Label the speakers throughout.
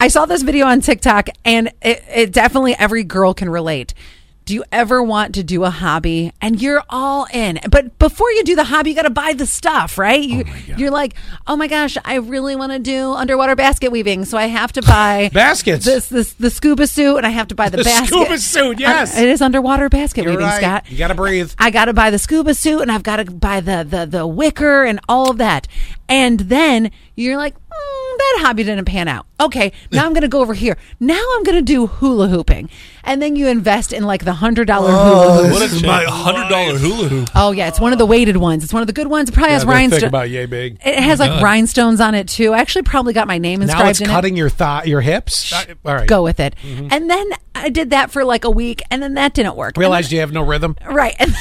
Speaker 1: I saw this video on TikTok and it, it definitely every girl can relate. Do you ever want to do a hobby and you're all in? But before you do the hobby, you got to buy the stuff, right? You,
Speaker 2: my God.
Speaker 1: you're like, oh my gosh, I really want to do underwater basket weaving, so I have to buy
Speaker 2: Baskets.
Speaker 1: This, this, the scuba suit, and I have to buy the,
Speaker 2: The
Speaker 1: basket.
Speaker 2: scuba suit, yes.
Speaker 1: it is underwater basket
Speaker 2: You're
Speaker 1: weaving,
Speaker 2: right.
Speaker 1: Scott.
Speaker 2: You gotta breathe.
Speaker 1: I got to buy the scuba suit and I've got to buy the, the the wicker and all of that. And then you're like, mm, that hobby didn't pan out. Okay, now I'm going to go over here. Now I'm going to do hula hooping. And then you invest in like the $100 hula hoop.
Speaker 3: What is my hundred dollar hula hoop?
Speaker 1: Oh, yeah, it's one of the weighted ones. It's one of the good ones. It probably has
Speaker 2: they're thick
Speaker 1: rhinestones.
Speaker 2: about yay big.
Speaker 1: It has like rhinestones on it too. I actually probably got my name inscribed
Speaker 2: Now it's
Speaker 1: in it
Speaker 2: cutting your thigh, your hips. Uh, All right. Mm-hmm.
Speaker 1: go with it. And then I did that for like a week, and then that didn't work.
Speaker 2: Realized you have no rhythm.
Speaker 1: And- right, and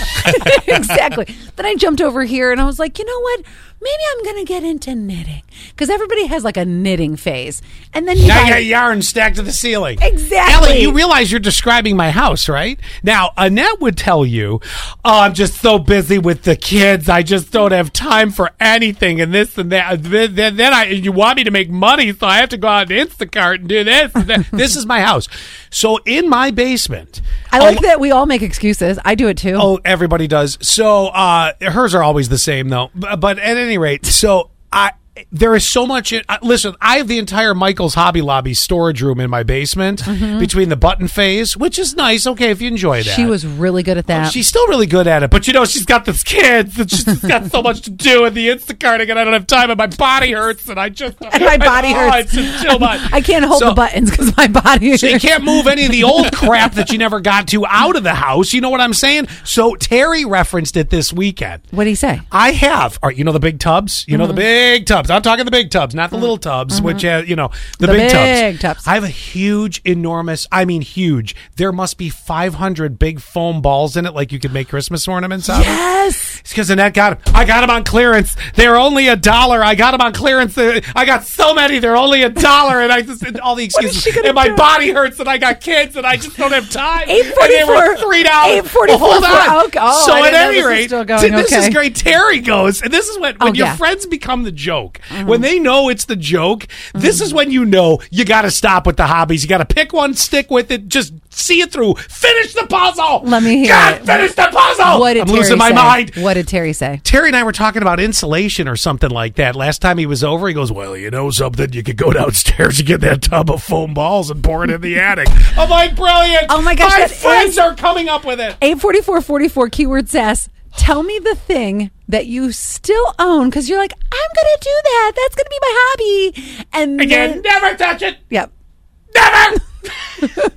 Speaker 1: exactly. Then I jumped over here, and I was like, you know what? Maybe I'm gonna get into knitting because everybody has like a knitting phase, and then you
Speaker 2: Now
Speaker 1: buy-
Speaker 2: you got yarn stacked to the ceiling.
Speaker 1: Exactly.
Speaker 2: Ellie, you realize you're describing my house, right? Now, Annette would tell you, oh, I'm just so busy with the kids. I just don't have time for anything and this and that. Then, then, then I, you want me to make money, so I have to go out and Instacart and do this. and that. this is my house. So in my basement,
Speaker 1: I like
Speaker 2: a-
Speaker 1: that we all make excuses. I do it too.
Speaker 2: Oh, everybody does. So uh, hers are always the same, though. B- But at any rate, so I there is so much. In, uh, listen, I have the entire Michael's Hobby Lobby storage room in my basement between the button phase, which is nice. Okay, if you enjoy that,
Speaker 1: Mm-hmm. she was really good at that.
Speaker 2: Oh, She's still really good at it, but you know she's got this kids and she's just got so much to do with the Instacarting, and I don't have time, and my body hurts, and I just
Speaker 1: and my body
Speaker 2: oh,
Speaker 1: hurts.
Speaker 2: it's just so much.
Speaker 1: I can't hold
Speaker 2: So-
Speaker 1: the buttons because my body.
Speaker 2: so you can't move any of the old crap that you never got to out of the house. You know what I'm saying? So Terry referenced it this weekend.
Speaker 1: What do you say?
Speaker 2: I have, all right, you know, the big tubs. You know, the big tubs. I'm talking the big tubs, not the little tubs, which have, you know, the,
Speaker 1: The
Speaker 2: big,
Speaker 1: big
Speaker 2: tubs.
Speaker 1: tubs.
Speaker 2: I have a huge, enormous. I mean, huge. There must be 500 big foam balls in it, like you could make Christmas ornaments out of.
Speaker 1: Yes.
Speaker 2: It's because Annette got them. I got them on clearance. They're only a dollar. I got them on clearance. They- I got so many. They're only a dollar. And I just, and all the excuses.
Speaker 1: she gonna
Speaker 2: and my
Speaker 1: do?
Speaker 2: body hurts and I got kids and I just don't have time. And they
Speaker 1: 844
Speaker 2: were $3. dollars.
Speaker 1: 844
Speaker 2: Well, hold
Speaker 1: for-
Speaker 2: on.
Speaker 1: okay. Oh,
Speaker 2: so
Speaker 1: I
Speaker 2: at
Speaker 1: didn't know
Speaker 2: any
Speaker 1: this was
Speaker 2: rate,
Speaker 1: still going.
Speaker 2: this
Speaker 1: Okay.
Speaker 2: is great. Terry goes, and this is when, when
Speaker 1: Oh,
Speaker 2: your
Speaker 1: yeah. Mm-hmm.
Speaker 2: friends become the joke, when they know it's the joke, this is when you know you got to stop with the hobbies. You got to pick one, stick with it, just see it through. Finish the puzzle.
Speaker 1: Let me hear
Speaker 2: God,
Speaker 1: it.
Speaker 2: finish the puzzle.
Speaker 1: What did
Speaker 2: Oh, I'm
Speaker 1: Terry
Speaker 2: losing my
Speaker 1: say?
Speaker 2: mind.
Speaker 1: What did Terry say?
Speaker 2: Terry and I were talking about insulation or something like that last time he was over. He goes, "Well, you know something, you could go downstairs and get that tub of foam balls and pour it in the attic." I'm like, "Brilliant!"
Speaker 1: Oh my gosh,
Speaker 2: my
Speaker 1: that
Speaker 2: friends
Speaker 1: is-
Speaker 2: are coming up with it.
Speaker 1: 84444 keyword sass. Tell me the thing that you still own because you're like, I'm gonna do that. That's gonna be my hobby. And then,
Speaker 2: Again, never touch it.
Speaker 1: yep.
Speaker 2: Never.